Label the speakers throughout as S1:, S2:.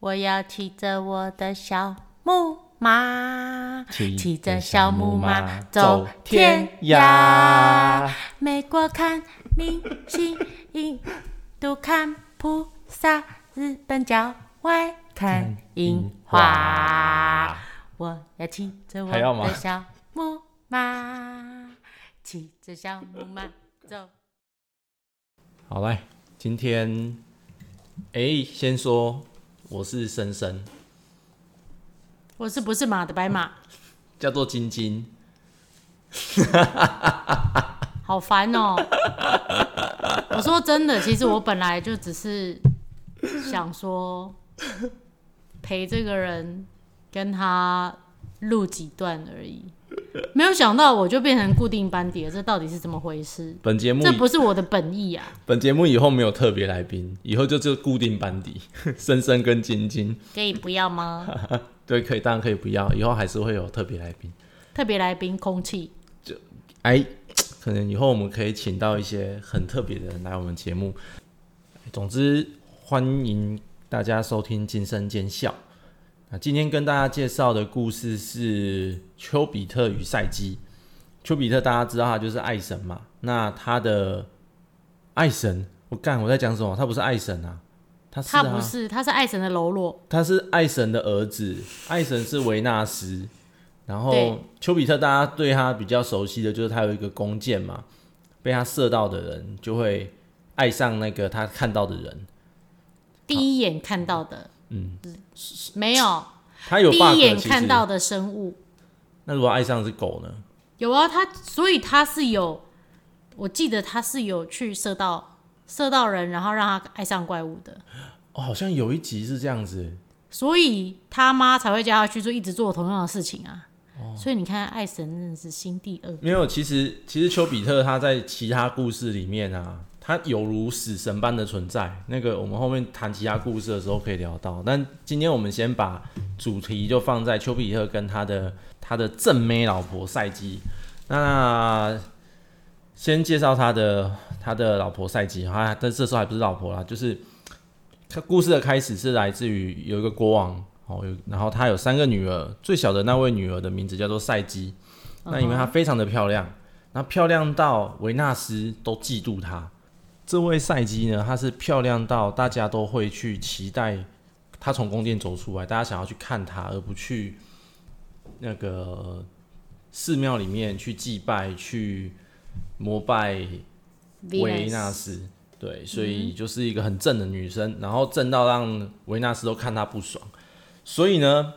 S1: 我要骑着我的小木马，
S2: 骑
S1: 骑
S2: 着
S1: 着
S2: 小
S1: 小
S2: 木
S1: 木
S2: 马
S1: 马
S2: 走
S1: 走
S2: 天
S1: 天
S2: 涯
S1: 涯。美国看明星，印度看菩萨，日本郊外看樱花。我要骑着我
S2: 还要吗
S1: 的小木马，骑着小木马走。
S2: 好来，今天，哎、先说我是深深，
S1: 我是不是马的白马？
S2: 叫做晶晶，
S1: 好烦哦、 我说真的，其实我本来就只是想说陪这个人跟他录几段而已，没有想到我就变成固定班底了，这到底是怎么回事？
S2: 本节目
S1: 这
S2: 以
S1: 不是我的本意啊！
S2: 本节目以后没有特别来宾，以后就就固定班底， 深深跟晶晶，
S1: 可以不要吗？
S2: 对，可以，当然可以不要，以后还是会有特别来宾。
S1: 特别来宾空气，
S2: 哎，可能以后我们可以请到一些很特别的人来我们节目。哎总之，欢迎大家收听《今生见笑》。那今天跟大家介绍的故事是丘比特与赛基。丘比特大家知道他就是爱神嘛？那他的爱神，我干我在讲什么？他不是爱神啊，他是、啊、
S1: 他不是，他是爱神的喽啰，
S2: 他是爱神的儿子，爱神是维纳斯。然后
S1: 对
S2: 丘比特，大家对他比较熟悉的就是他有一个弓箭嘛，被他射到的人就会爱上那个他看到的人。
S1: 第一眼看到的，
S2: 嗯，
S1: 没有，
S2: 他有
S1: 第
S2: bug，
S1: 一眼
S2: 其
S1: 看
S2: 实
S1: 到的生物。
S2: 那如果爱上的是狗呢？
S1: 有啊，他所以他是有，我记得他是有去射到射到人，然后让他爱上怪物的，
S2: 哦，好像有一集是这样子。
S1: 所以他妈才会叫他去做一直做同样的事情啊。
S2: 哦
S1: 所以你看，爱神真的是心地恶，
S2: 没有，其实其实丘比特他在其他故事里面啊，他有如死神般的存在。那个我们后面谈其他故事的时候可以聊到，但今天我们先把主题就放在丘比特跟他的他的正妹老婆赛基。那先介绍他的他的老婆赛基啊，但这时候还不是老婆啦，就是他故事的开始是来自于有一个国王哦，有然后他有三个女儿，最小的那位女儿的名字叫做赛基。那因为
S1: 嗯
S2: 她非常的漂亮，那漂亮到维纳斯都嫉妒她。这位赛基呢，她是漂亮到大家都会去期待她从宫殿走出来，大家想要去看她，而不去那个寺庙里面去祭拜、去膜拜维
S1: Venus
S2: 纳斯。对，所以就是一个很正的女生，然后正到让维纳斯都看她不爽。所以呢，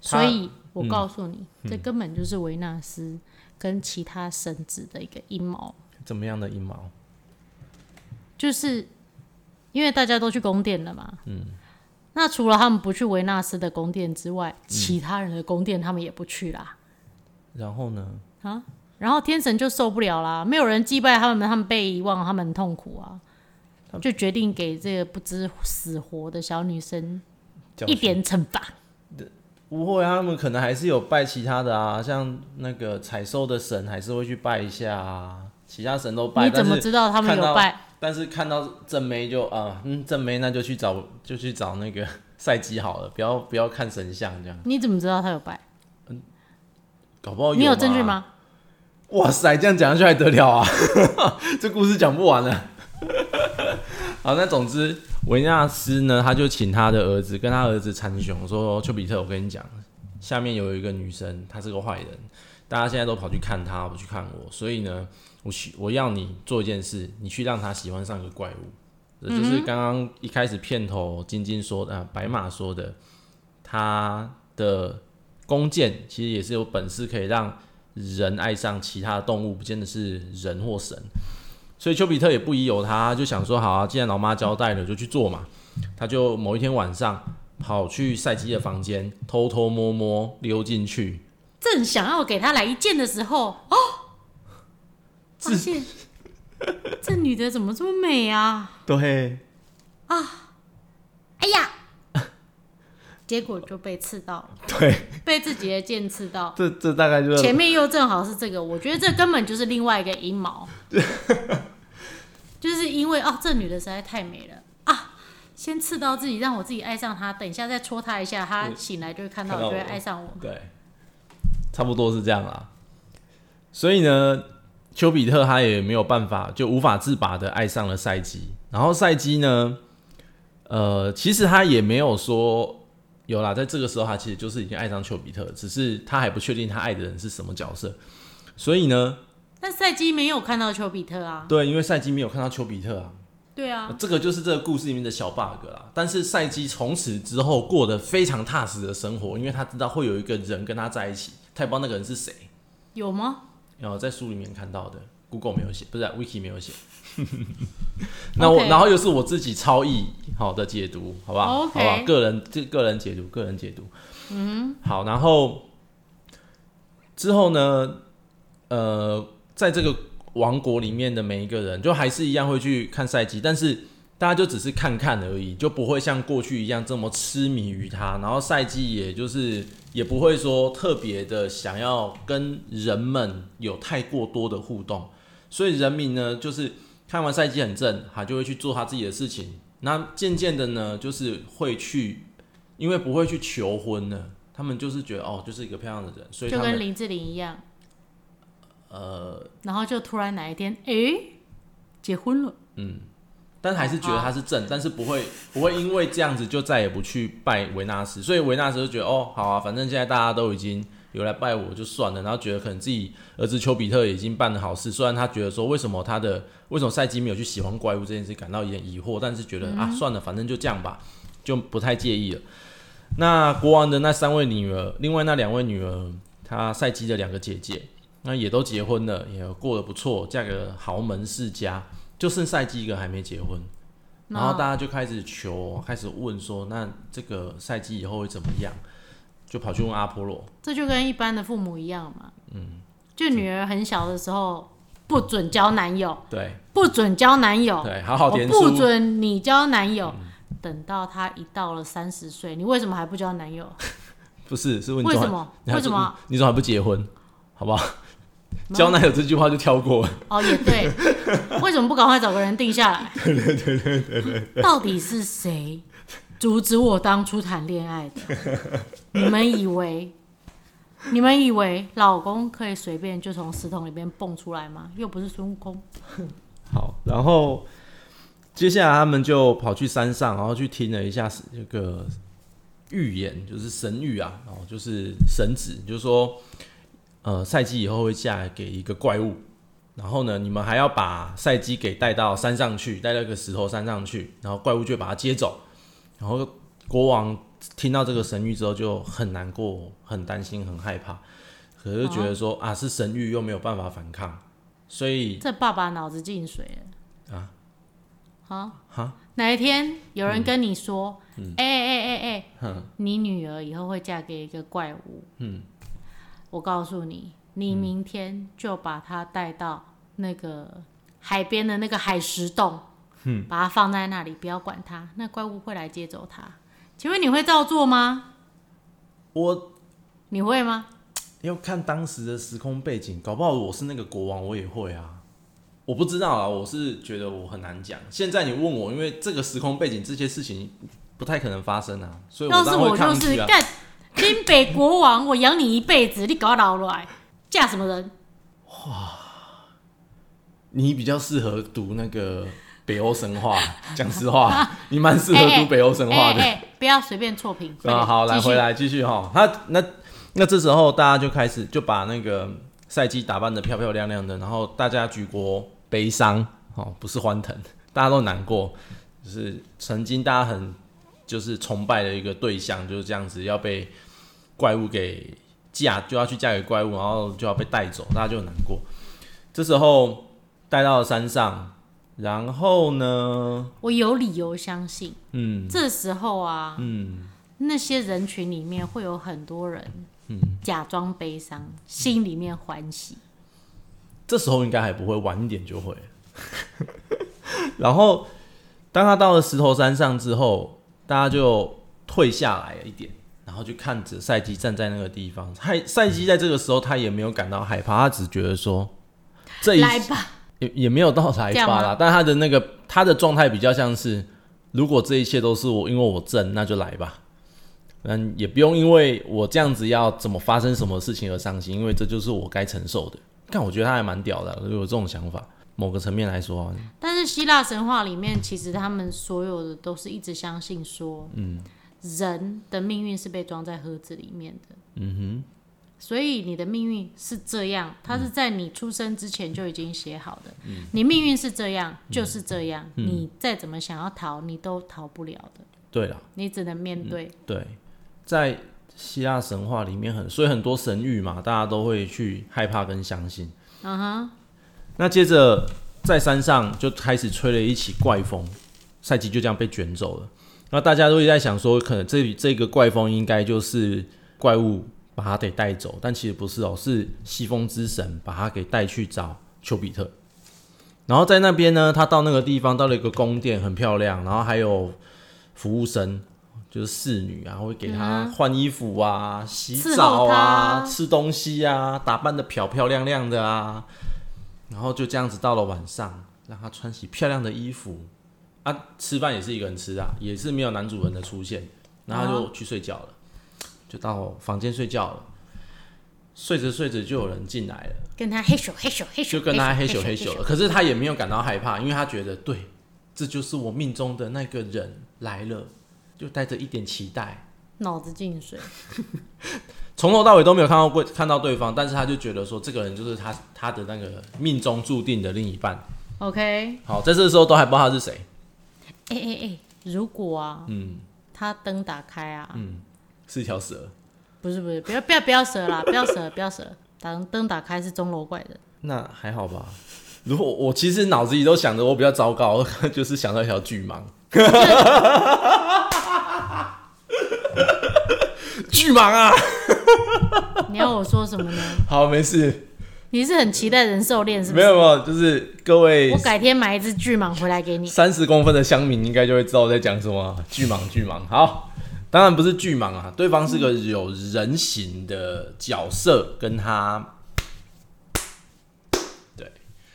S1: 所以我告诉你，
S2: 嗯
S1: 这根本就是维纳斯跟其他神子的一个阴谋，
S2: 怎么样的阴谋？
S1: 就是因为大家都去宫殿了嘛，嗯，那除了他们不去维纳斯的宫殿之外，其他人的宫殿他们也不去啦。
S2: 然后呢？
S1: 然后天神就受不了啦，没有人祭拜他们，他们被遗忘，他们很痛苦啊，就决定给这个不知死活的小女生
S2: 教
S1: 一点惩罚。
S2: 不会啊，他们可能还是有拜其他的啊，像那个采收的神还是会去拜一下啊，其他神都拜。
S1: 你怎么
S2: 但是
S1: 知道他们
S2: 看到
S1: 有拜？
S2: 但是看到正妹就啊、嗯，正妹那就去找就去找那个 赛基好了，不要不要看神像这样，
S1: 你怎么知道他有拜？
S2: 搞不好
S1: 你
S2: 哦有
S1: 有
S2: 嘛
S1: 证据？吗？
S2: 哇塞，这样讲下去还得了啊？ 这故事讲不完了。 好，那总之维纳斯呢，他就请他的儿子跟他儿子参雄说：“丘比特，我跟你讲，下面有一个女生，她是个坏人，大家现在都跑去看她，不去看我，所以呢，我去我要你做一件事，你去让她喜欢上一个怪物。”这就是刚刚一开始片头晶晶说的、啊，白马说的，他的弓箭其实也是有本事可以让人爱上其他的动物，不见得是人或神。所以丘比特也不疑有他，就想说好啊，既然老妈交代了，就去做嘛。他就某一天晚上跑去赛基的房间，偷偷摸摸溜进去，
S1: 正想要给他来一剑的时候，哦，发现 这女的怎么这么美 啊！
S2: 对，
S1: 哎呀，结果就被刺到了，
S2: 对，
S1: 被自己的剑刺到。
S2: 这这大概就
S1: 前
S2: 是
S1: 面又正好是这个，我觉得这根本就是另外一个阴 谋，就是因为哦，这女的实在太美了啊，先刺到自己，让我自己爱上他，等一下再戳他一下，他
S2: 嗯
S1: 醒来就会看
S2: 看
S1: 到，
S2: 到
S1: 就会
S2: 我
S1: 爱上我。
S2: 对，差不多是这样啦。所以呢，丘比特他也没有办法，就无法自拔的爱上了赛基。然后赛基呢，呃，其实他也没有说有啦，在这个时候他其实就是已经爱上丘比特，只是他还不确定他爱的人是什么角色。所以呢，
S1: 但赛基没有看到丘比特啊，
S2: 对，因为赛基没有看到丘比特啊，
S1: 对啊，
S2: 这个就是这个故事里面的小 bug 啦。但是赛基从此之后过得非常踏实的生活，因为他知道会有一个人跟他在一起，他也不知道那个人是谁。
S1: 有吗？
S2: 然后在书里面看到的，Google 没有写，不是、啊、Wiki 没 有写。那我
S1: OK 哦
S2: 然后又是我自己超译好的解读，好不好
S1: OK
S2: 好吧，个人这个人解读，个人解读。嗯，好，然后之后呢，呃，在这个王国里面的每一个人，就还是一样会去看赛季，但是大家就只是看看而已，就不会像过去一样这么痴迷于他。然后赛季也就是也不会说特别的想要跟人们有太过多的互动，所以人民呢，就是看完赛季很正，他就会去做他自己的事情。那渐渐的呢，就是会去，因为不会去求婚了，他们就是觉得哦，就是一个漂亮的人，所以
S1: 就
S2: 他
S1: 跟
S2: 们
S1: 林志玲一样，
S2: 呃
S1: 然后就突然哪一天，诶，结婚了，
S2: 但还是觉得他是正，但是不会不会因为这样子就再也不去拜维纳斯，所以维纳斯就觉得哦，好啊，反正现在大家都已经有来拜我就算了，然后觉得可能自己儿子丘比特已经办了好事，虽然他觉得说为什么他的为什么赛基没有去喜欢怪物这件事感到有点疑惑，但是觉得、啊算了，反正就这样吧，就不太介意了。那国王的那三位女儿，另外那两位女儿，她赛基的两个姐姐，那也都结婚了，也过得不错，嫁给了豪门世家，就剩赛基一个还没结婚。然后大家就开始求，开始问说，那这个赛季以后会怎么样？就跑去问阿波罗，
S1: 这就跟一般的父母一样嘛。嗯，就女儿很小的时候，不准交男友，
S2: 对
S1: 不准交男友，
S2: 对，好好
S1: 我
S2: 填
S1: 哦不
S2: 书，
S1: 准你交男友。等到她一到了三十岁，你为什么还不交男友？
S2: 不是是问你
S1: 为
S2: 怎
S1: 什
S2: 么
S1: 么？
S2: 你还
S1: 为什么？
S2: 你怎么还不结婚？好不好？交男友这句话就跳过了，
S1: 哦，也对， 为什么不赶快找个人定下来？对对对对对到底是谁阻止我当初谈恋爱的？ 你们以为，你们以为老公可以随便就从石桶里面蹦出来吗？又不是孙悟空。
S2: 好，然后接下来他们就跑去山上，然后去听了一下这个预言，就是神谕啊，然后就是神旨，就是说，呃，赛季以后会嫁给一个怪物，然后呢，你们还要把赛季给带到山上去，带到一个石头山上去，然后怪物就会把他接走，然后国王听到这个神谕之后就很难过、很担心、很害怕，可是觉得说啊，是神谕又没有办法反抗，所以
S1: 这爸爸脑子进水了
S2: 啊！
S1: 好，
S2: 哈，嗯
S1: 哪一天有人跟你说，哎哎哎哎哎，你女儿以后会嫁给一个怪物，嗯，我告诉你，
S2: 嗯
S1: 你明天就把她带到那个海边的那个海石洞，嗯，把她放在那里，不要管她，那怪物会来接走她。请问你会照做吗？
S2: 我
S1: 你会吗？
S2: 要看当时的时空背景，搞不好我是那个国王，我也会啊。我不知道啊，我是觉得我很难讲。现在你问我，因为这个时空背景这些事情不太可能发生啊，所以我
S1: 要
S2: 当
S1: 是
S2: 然会
S1: 我就
S2: 抗
S1: 是
S2: 拒啊。
S1: 干金北国王，我养你一辈子，你搞老来嫁什么人？
S2: 你比较适合读那个北欧神话，讲实 话，你蛮适合读北欧神话的。
S1: 哎哎哎不要随便错评。快
S2: 啊，
S1: 点
S2: 好，来
S1: 继续
S2: 回来继续哈。那那那这时候大家就开始就把那个赛季打扮的漂漂亮亮的，然后大家举国悲伤哦，不是欢腾， 大家都难过，就是曾经大家很就是崇拜的一个对象就是这样子要被怪物给嫁，就要去嫁给怪物，然后就要被带走，大家就很难过。这时候带到了山上，然后呢，
S1: 我有理由相信，
S2: 嗯
S1: 这时候啊，
S2: 嗯，
S1: 那些人群里面会有很多人，
S2: 嗯
S1: 假装悲伤，心里面欢喜。
S2: 这时候应该还不会，晚一点就会。 然后，当他到了石头山上之后，大家就退下来了一点，然后就看着赛基站在那个地方。赛赛基在这个时候他也没有感到害怕，他只觉得说，这一
S1: 来吧，
S2: 也也没有到来
S1: 这样
S2: 吧
S1: 吗
S2: 啦，但他的那个他的状态比较像是如果这一切都是我，因为我正，那就来吧。嗯，也不用因为我这样子要怎么发生什么事情而伤心，因为这就是我该承受的。但我觉得他还蛮屌的啊，有这种想法。某个层面来说啊，
S1: 但是希腊神话里面，其实他们所有的都是一直相信说，嗯，人的命运是被装在盒子里面的，
S2: 嗯
S1: 所以你的命运是这样，它是在你出生之前就已经写好的。你命运是这样，就是这样，你再怎么想要逃，你都逃不了的，
S2: 哼，对了，
S1: 你只能面对。
S2: 对，在希腊神话里面很，所以很多神域嘛，大家都会去害怕跟相信。
S1: 嗯哼，
S2: 那接着在山上就开始吹了一起怪风，赛季就这样被卷走了。那大家都一直在想说，可能这这个怪风应该就是怪物把他给带走，但其实不是哦，是西风之神把他给带去找丘比特。然后在那边呢，他到那个地方，到了一个宫殿，很漂亮，然后还有服务生，就是侍女啊，会给他换衣服啊、洗
S1: 伺候
S2: 澡啊、
S1: 他
S2: 吃东西啊，打扮的漂漂亮亮的啊。然后就这样子到了晚上，让他穿起漂亮的衣服啊，吃饭也是一个人吃啊，也是没有男主人的出现，然后他就去睡觉了，就到房间睡觉了。睡着睡着就有人进来了，
S1: 跟他嘿咻嘿咻嘿咻，
S2: 就跟他黑
S1: 咻
S2: 咻黑咻了。可是他也没有感到害怕，因为他觉得对，这就是我命中的那个人来了，就带着一点期待。
S1: 脑子进水。
S2: 从头到尾都没有看到过看到对方，但是他就觉得说，这个人就是他他的那个命中注定的另一半。
S1: OK，
S2: 好，在这时候都还不知道他是谁。
S1: 哎哎哎，如果啊，
S2: 嗯，
S1: 他灯打开啊，
S2: 是一条蛇。
S1: 不是不是，不要不要不要蛇啦，不要蛇不要蛇，灯灯打开是钟楼怪人。
S2: 那还好吧。如果我其实脑子里都想着我比较糟糕， 就是想到一条巨蟒。 巨蟒啊！
S1: 你要我说什么呢？
S2: 好，没事，
S1: 你是很期待人兽恋是不
S2: 没
S1: 是？
S2: 有没有，就是各位
S1: 我改天买一只巨蟒回来给你。
S2: 三十公分的乡民应该就会知道我在讲什么啊、巨蟒，巨蟒。好，当然不是巨蟒啊，对方是个有人形的角色，跟他对。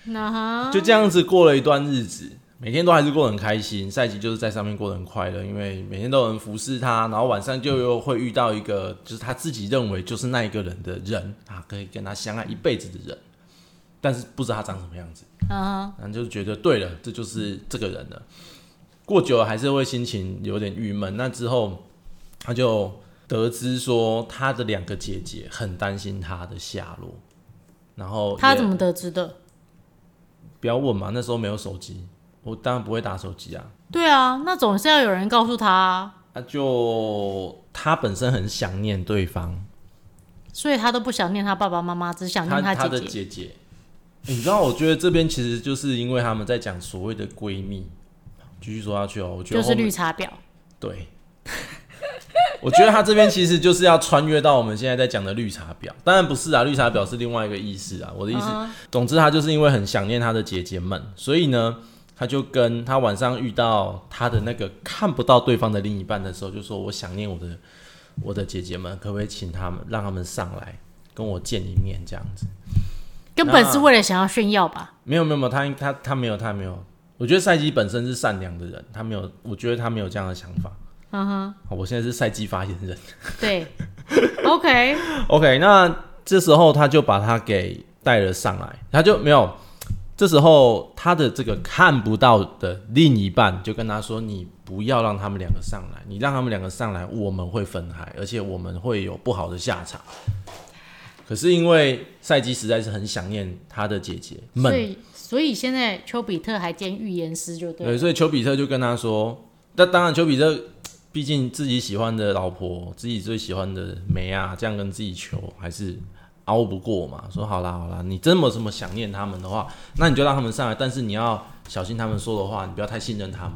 S1: 那哈，
S2: 就这样子过了一段日子，每天都还是过得很开心。赛季就是在上面过得很快乐，因为每天都有人服侍他，然后晚上就又会遇到一个，就是他自己认为就是那一个人的人啊，可以跟他相爱一辈子的人，但是不知道他长什么样子，
S1: 嗯
S2: 然后就觉得对了，这就是这个人了。过久了还是会心情有点郁闷。那之后，他就得知说他的两个姐姐很担心他的下落，然后
S1: 哼，他
S2: 也
S1: 怎么得知的？
S2: 不要问嘛，那时候没有手机，我当然不会打手机啊。
S1: 对啊，那总是要有人告诉他、啊，
S2: 啊，就他本身很想念对方，
S1: 所以他都不想念他爸爸妈妈，只想
S2: 他
S1: 念
S2: 他
S1: 姐
S2: 的姐姐。你知道，我觉得这边其实就是因为他们在讲所谓的闺蜜，继续说下去哦。我觉得
S1: 就
S2: 后
S1: 是
S2: 面
S1: 绿茶婊。
S2: 对， 我觉得他这边其实就是要穿越到我们现在在讲的绿茶婊，当然不是啊，绿茶婊是另外一个意思啊。我的意思，总之他就是因为很想念他的姐姐们，所以呢，他就跟他晚上遇到他的那个看不到对方的另一半的时候，就说我想念我的我的姐姐们，可不可以请他们让他们上来跟我见一面这样子？
S1: 根本是为了想要炫耀 吧？
S2: 没有没有没有，他他他没有他没有，我觉得赛基本身是善良的人，他没有，我觉得他没有这样的想法。
S1: 嗯
S2: 好我现在是赛基发言人。
S1: 哼，对，OK，
S2: OK，那这时候他就把他给带了上来，他就没有。这时候他的这个看不到的另一半就跟他说：“你不要让他们两个上来，你让他们两个上来，我们会分开，而且我们会有不好的下场。”可是因为赛基实在是很想念他的姐姐们
S1: 所，以所以现在丘比特还兼预言师，就对
S2: 对，
S1: 了，
S2: 所以丘比特就跟他说，那当然丘比特毕竟自己喜欢的老婆，自己最喜欢的梅啊，这样跟自己求还是熬不过嘛。说好啦好啦，你这么这么想念他们的话，那你就让他们上来，但是你要小心他们说的话，你不要太信任他们。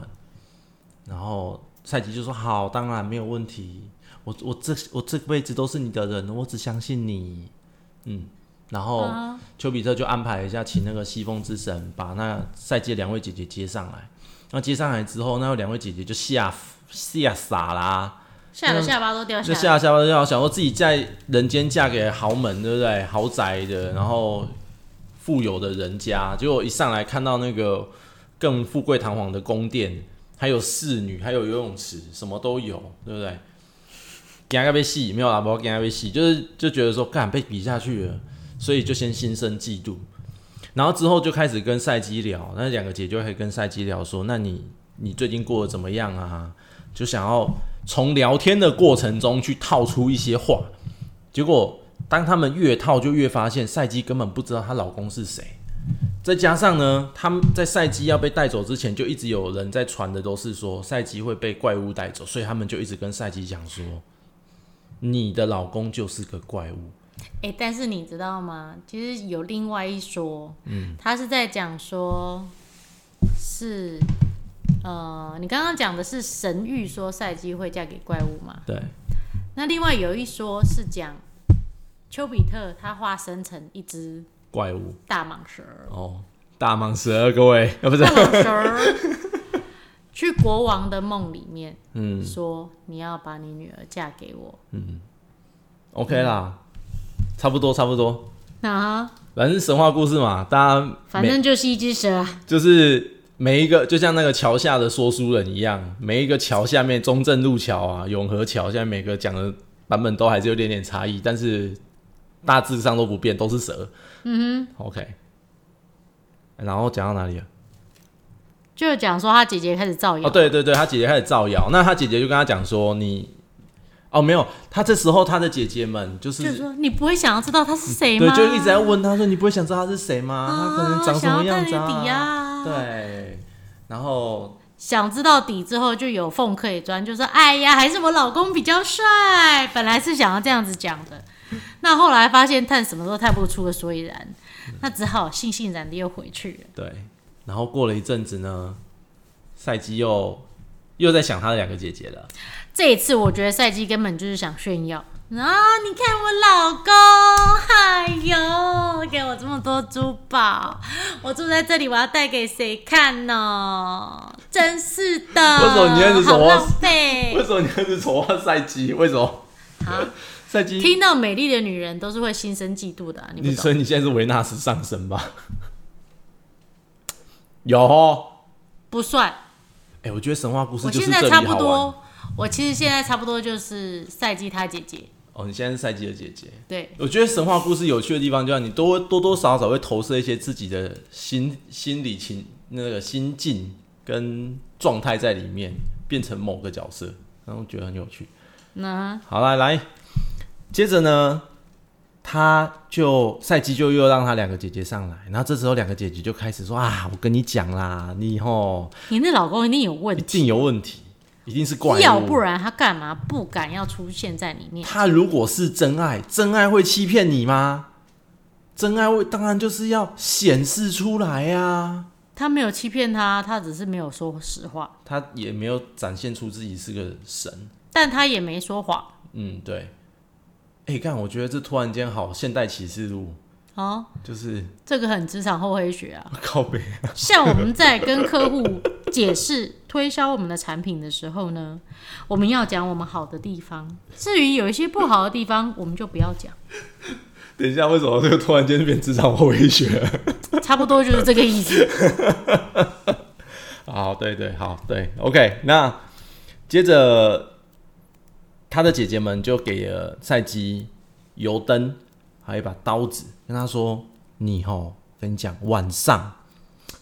S2: 然后赛吉就说好，当然没有问题，我我这我这辈子都是你的人，我只相信你。嗯，然后。
S1: 啊
S2: 丘比特就安排一下，请那个西风之神把那赛季的两位姐姐接上来。那接上来之后，那两位姐姐就吓吓傻啦、
S1: 吓
S2: 嗯
S1: 得下巴都掉下
S2: 就
S1: 来。
S2: 吓下巴就要想说自己在人间嫁给豪门，对不对？豪宅的，然后富有的人家，结果一上来看到那个更富贵堂皇的宫殿，还有侍女，还有游泳池，什么都有，对不对？给他被戏没有啦，不要给他被戏，就是就觉得说干被比下去了，所以就先心生嫉妒，然后之后就开始跟赛基聊，那两个姐就会跟赛基聊说，那你你最近过得怎么样啊？就想要从聊天的过程中去套出一些话，结果当他们越套，就越发现赛基根本不知道她老公是谁。再加上呢，他们在赛基要被带走之前，就一直有人在传的都是说赛基会被怪物带走，所以他们就一直跟赛基讲说，你的老公就是个怪物。
S1: 哎、但是你知道吗？其实有另外一说，嗯，他是在讲说，是，呃，你刚刚讲的是神谕说赛姬会嫁给怪物嘛？
S2: 对，
S1: 那另外有一说是讲丘比特他化身成一只
S2: 怪物
S1: 大蟒蛇，
S2: 哦，大蟒蛇，各位， 啊不是
S1: 大，蟒蛇去国王的梦里面
S2: 嗯
S1: 说你要把你女儿嫁给我，
S2: ，OK 啦，差不多差不多，
S1: 那
S2: 反正神话故事嘛，大家
S1: 反
S2: 每
S1: 正就是一只蛇啊，
S2: 就是每一个，就像那个桥下的说书人一样，每一个桥下面，中正路桥啊、永和桥，现在每个讲的版本都还是有点点差异，但是大致上都不变，都是蛇。嗯哼，OK。然后讲到哪里了？
S1: 就讲说他姐姐开始造谣
S2: 哦，，对对对，他姐姐开始造谣，那他姐姐就跟他讲说你。哦，没有，他这时候他的姐姐们就是
S1: 就是说你不会想要知道他是谁
S2: 对
S1: 吗？，啊
S2: 就一直在问他说：“你不会想知道他是谁吗？他可能长什么样子
S1: 想要探个底啊
S2: 对，然后
S1: 想知道底之后就有缝可以钻，就说哎呀，还是我老公比较帅。本来是想要这样子讲的，那后来发现探什么都探不出个所以然，那只好悻悻然的又回去了。
S2: 对，然后过了一阵子呢，赛基又又在想他的两个姐姐了。
S1: 这一次我觉得赛季根本就是想炫耀啊！你看我老公，哎呦，给我这么多珠宝，我住在这里，我要带给谁看呢？真是的，
S2: 为什么你要一直说
S1: 好
S2: 我
S1: 浪费
S2: 为什么你一直丑化赛基？为什么
S1: 好，
S2: 赛基？
S1: 听到美丽的女人都是会心生嫉妒的啊、你不
S2: 你
S1: 懂
S2: 所？以你现在是维纳斯上身吧？有哦，
S1: 不算，
S2: 哎、我觉得神话故事
S1: 我
S2: 就是
S1: 现
S2: 这
S1: 在
S2: 里
S1: 差不
S2: 好玩。
S1: 多，我其实现在差不多就是赛季她姐姐，
S2: 哦，你现在是赛基的姐姐。
S1: 对，
S2: 我觉得神话故事有趣的地方，就像你多多多少少会投射一些自己的心心理情那个心境跟状态在里面，变成某个角色，然后觉得很有趣。
S1: 那
S2: 好来来，接着呢，他就赛季就又让他两个姐姐上来，然后这时候两个姐姐就开始说啊，我跟你讲啦，你吼
S1: 你那老公一定有问
S2: 一
S1: 题，
S2: 定有问题，一定是怪物，
S1: 要不然他干嘛不敢要出现在里面？
S2: 他如果是真爱，真爱会欺骗你吗？真爱会当然就是要显示出来啊呀、
S1: 他没有欺骗他，他只是没有说实话，
S2: 他也没有展现出自己是个神。
S1: 但他也没说谎
S2: 嗯，对。哎、干，我觉得这突然间好现代启示录，
S1: 哦，
S2: 就是
S1: 这个很职场厚黑学啊。
S2: 靠背。
S1: 像我们在跟客户解释、推销我们的产品的时候呢，我们要讲我们好的地方，至于有一些不好的地方，我们就不要讲。
S2: 等一下，为什么这个突然间变职场后医学？
S1: 差不多就是这个意思。
S2: 好，对对，好对，OK。那接着，他的姐姐们就给了赛基油灯，还有一把刀子，跟他说：“你吼，跟你讲，晚上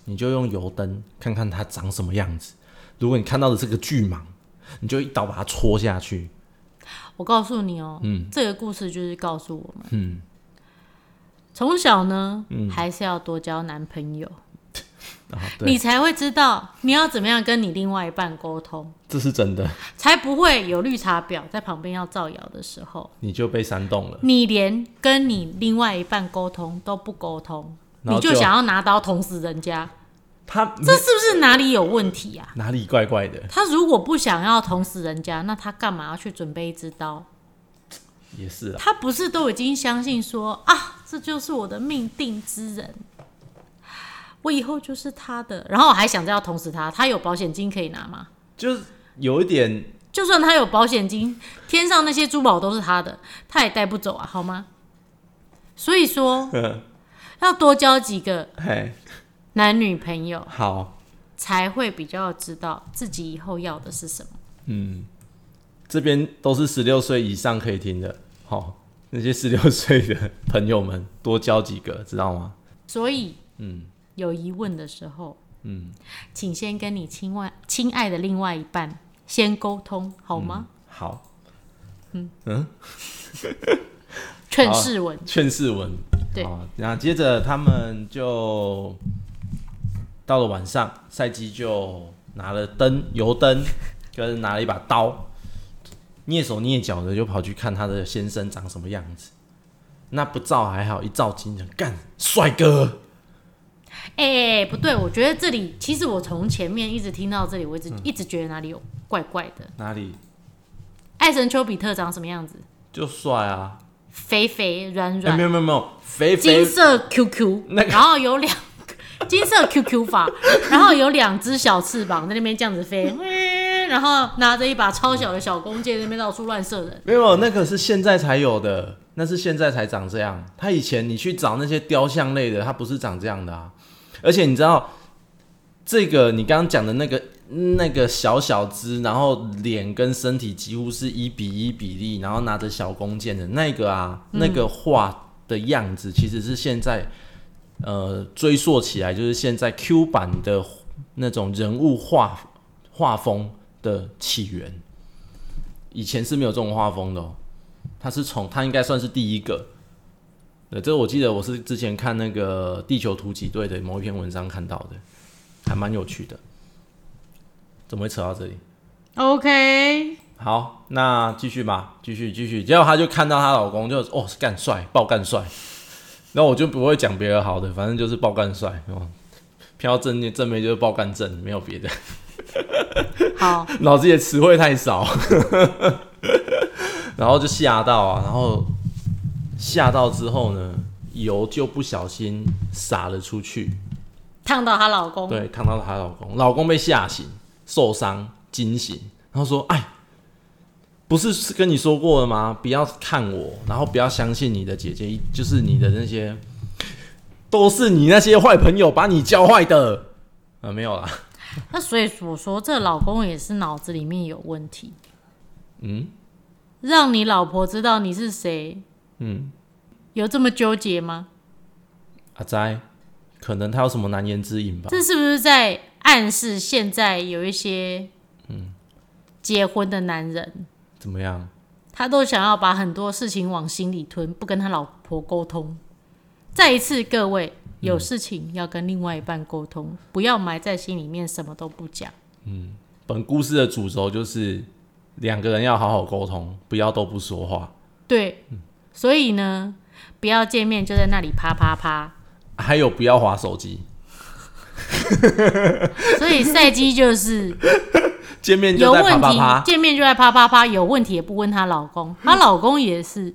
S2: 你就用油灯看看它长什么样子。如果你看到的是个巨蟒，你就一刀把它戳下去。
S1: 我告诉你哦，
S2: 嗯
S1: 这个故事就是告诉我们，
S2: 嗯，
S1: 从小呢，还是要多交男朋友，
S2: 啊，
S1: 你
S2: 对，
S1: 才会知道你要怎么样跟你另外一半沟通，
S2: 这是真的，
S1: 才不会有绿茶婊在旁边要造谣的时候，
S2: 你就被煽动了。
S1: 你连跟你另外一半沟通都不沟通，
S2: 然
S1: 你
S2: 后就
S1: 就想要拿刀捅死人家，
S2: 他
S1: 这是不是哪里有问题啊？
S2: 哪里怪怪的？
S1: 他如果不想要捅死人家，那他干嘛要去准备一支刀？
S2: 也是啊，
S1: 他不是都已经相信说啊，这就是我的命定之人，我以后就是他的，然后还想着要捅死他，他有保险金可以拿吗？
S2: 就是有一点
S1: 就算他有保险金，天上那些珠宝都是他的，他也带不走啊，好吗？所以说，要多交几个
S2: 嘿，
S1: 男女朋友，
S2: 好，
S1: 才会比较知道自己以后要的是什么。
S2: 嗯，这边都是十六岁以上可以听的，好、那些十六岁的朋友们多交几个，知道吗？
S1: 所以
S2: 嗯
S1: 有疑问的时候，
S2: 嗯，
S1: 请先跟你亲外亲爱的另外一半先沟通好吗？
S2: 好，嗯
S1: 劝世文，
S2: 劝世文。
S1: 对
S2: 好然后接着他们就到了晚上，赛基就拿了灯、油灯，跟拿了一把刀，蹑手蹑脚的就跑去看他的先生长什么样子。那不照还好，一照惊人，干帅哥！啊
S1: 哎、不对，我觉得这里其实我从前面一直听到这里，我一直、
S2: 嗯
S1: 一直觉得哪里有怪怪的。
S2: 哪里
S1: 艾神丘比特长什么样子？
S2: 就帅啊？
S1: 肥肥软
S2: 哎、
S1: 软
S2: 没，有没有没有，肥
S1: 金
S2: 肥
S1: 色 QQ，、
S2: 那个
S1: 然后有两 金色 QQ 法，然后有两只小翅膀在那边这样子飞， 嗯然后拿着一把超小的小弓箭在那边到处乱射人。
S2: 没有，那个是现在才有的，那是现在才长这样。他以前你去找那些雕像类的，它不是长这样的啊。而且你知道，这个你刚刚讲的那个那个小小只，然后脸跟身体几乎是一比一比例，然后拿着小弓箭的那个啊，那个画的样子其实是现在呃追溯起来，就是现在 Q 版的那种人物画画风的起源。以前是没有这种画风的、哦，他是从他应该算是第一个。对，这个我记得我是之前看那个地球突击队的某一篇文章看到的，还蛮有趣的。怎么会扯到这里？
S1: OK，
S2: 好，那继续吧，继续继续。结果她就看到她老公就哦干帅，爆干帅。然后我就不会讲别的好的，反正就是爆干帅哦。飘到正面正面就是爆干正，没有别的。
S1: 好，
S2: 脑子里的词汇太少， 然后就吓到啊，然后吓到之后呢，油就不小心洒了出去，
S1: 烫到她老公，
S2: 对，烫到她老公，老公被吓醒，受伤惊醒，然后说：“哎，不是跟你说过了吗？不要看我，然后不要相信你的姐姐，就是你的那些，都是你那些坏朋友把你教坏的。”啊，没有啦，
S1: 那所以我说这老公也是脑子里面有问题，
S2: 嗯
S1: 让你老婆知道你是谁，
S2: 嗯，
S1: 有这么纠结吗？
S2: 阿斋，可能他有什么难言之隐吧。
S1: 这是不是在暗示现在有一些嗯结婚的男人？
S2: 怎么样？
S1: 他都想要把很多事情往心里吞，不跟他老婆沟通。再一次，各位有事情要跟另外一半沟通，不要埋在心里面，什么都不讲。
S2: 本故事的主轴就是两个人要好好沟通，不要都不说话。
S1: 对，所以呢，不要见面就在那里啪啪啪。
S2: 还有不要划手机，
S1: 所以赛基就是
S2: 见面
S1: 有
S2: 就在
S1: 问
S2: 啪
S1: 题，
S2: 啪啪。
S1: 见面就在啪啪啪，有问题也不问她老 公，她老公也是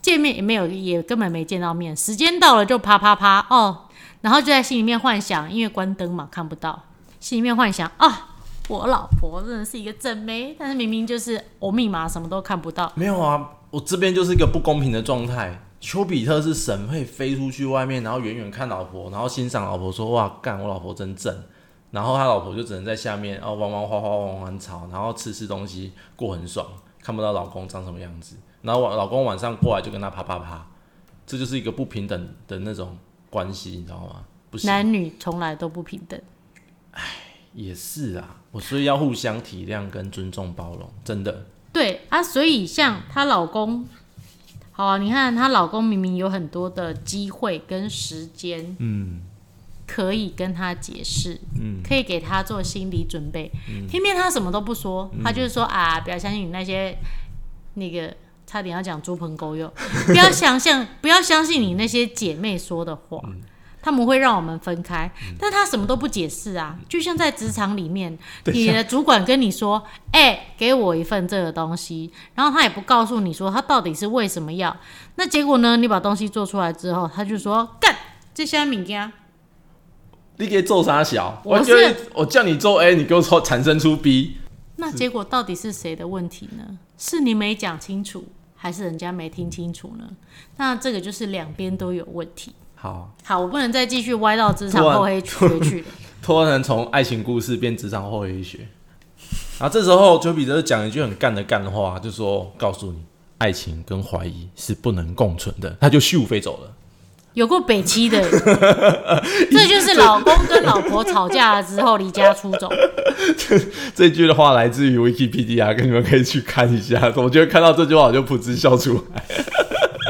S1: 见面也没有，也根本没见到面，时间到了就啪啪啪哦，然后就在心里面幻想，因为关灯嘛看不到，心里面幻想啊，我老婆真的是一个正妹，但是明明就是我密码什么都看不到，
S2: 没有啊，我这边就是一个不公平的状态。丘比特是神，会飞出去外面，然后远远看老婆，然后欣赏老婆说：“哇，干，我老婆真正。”然后他老婆就只能在下面哦，玩玩花花，玩玩草，然后吃吃东西，过很爽，看不到老公长什么样子。然后老公晚上过来就跟他啪啪啪，这就是一个不平等的那种关系，你知道吗？不行，
S1: 男女从来都不平等。
S2: 也是啊，我所以要互相体谅跟尊重包容，真的。
S1: 对啊，所以像她老公，好啊，你看她老公明明有很多的机会跟时间，嗯，可以跟她解释，嗯，可以给她做心理准备，偏偏她什么都不说，她就是说啊，不要相信你那些那个。差点要讲猪朋狗友， 不要想象，不要相信你那些姐妹说的话，他们会让我们分开。但她什么都不解释啊，就像在职场里面，你的主管跟你说：“哎、给我一份这个东西。”然后他也不告诉你说他到底是为什么要。那结果呢？你把东西做出来之后，他就说：“干，这些物件
S2: 你给揍啥小？
S1: 我
S2: 我
S1: 是
S2: 就我叫你揍 A，你给我抽产生出 B，
S1: 那结果到底是谁的问题呢？是你没讲清楚，还是人家没听清楚呢？那这个就是两边都有问题。
S2: 好，
S1: 好，我不能再继续歪到职场
S2: 突然
S1: 厚黑学去了。
S2: 托人从爱情故事变职场后黑学。然后这时候丘比特讲一句很干的干话，就说：“告诉你，爱情跟怀疑是不能共存的。”他就咻飞走了。
S1: 有过北七的，这就是老公跟老婆吵架了之后离家出走。
S2: 这句的话来自于 Wikipedia，跟你们可以去看一下。我觉得看到这句话我就噗嗤笑出来，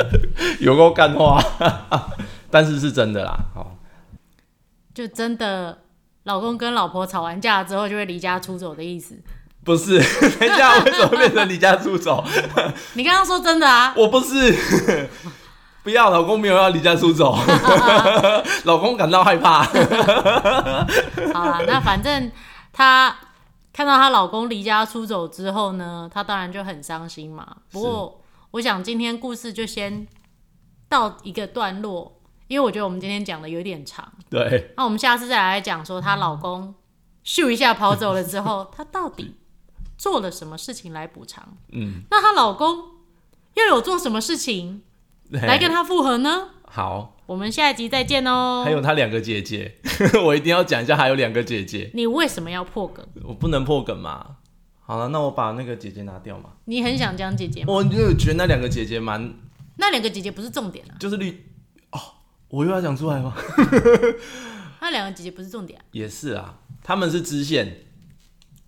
S2: 有够干话， 但是是真的啦。好，
S1: 就真的老公跟老婆吵完架之后就会离家出走的意思。
S2: 不是， 等一下为什么变成离家出走？
S1: 你刚刚说真的啊？
S2: 我不是， 不要，老公没有要离家 出走，老公感到害怕。
S1: 好啦，那反正她看到她老公离家出走之后呢，她当然就很伤心嘛。不过我想今天故事就先到一个段落，因为我觉得我们今天讲的有点长。
S2: 对，
S1: 那我们下次再来讲说她老公咻一下跑走了之后，她到底做了什么事情来补偿？
S2: 嗯，
S1: 那她老公又有做什么事情来跟她复合呢？
S2: 好。
S1: 我们下一集再见哦
S2: 还。有他两个姐姐， 我一定要讲一下，还有两个姐姐，
S1: 你为什么要破梗？
S2: 我不能破梗嘛。好了，那我把那个姐姐拿掉嘛。
S1: 你很想讲姐姐吗？
S2: 我就觉得那两个姐姐蛮
S1: 那两个姐姐不是重点啊，
S2: 就是绿哦，我又要讲出来吗？
S1: 那两个姐姐不是重点啊。
S2: 也是啊，他们是支线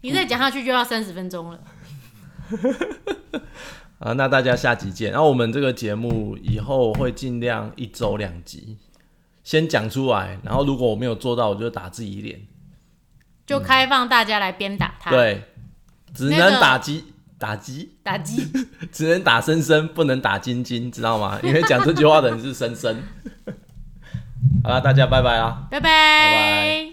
S1: 你再讲下去就要三十分钟了。
S2: 啊。那大家下集见。然后我们这个节目以后会尽量一周两集，先讲出来。然后如果我没有做到，我就打自己脸。
S1: 就开放大家来鞭打他，
S2: 对，只能
S1: 那个
S2: 打击、打击，
S1: 打击。
S2: 只能打深深，不能打晶晶，知道吗？因为 讲这句话的人是深深。好了，大家拜拜啦。
S1: 拜拜。
S2: 拜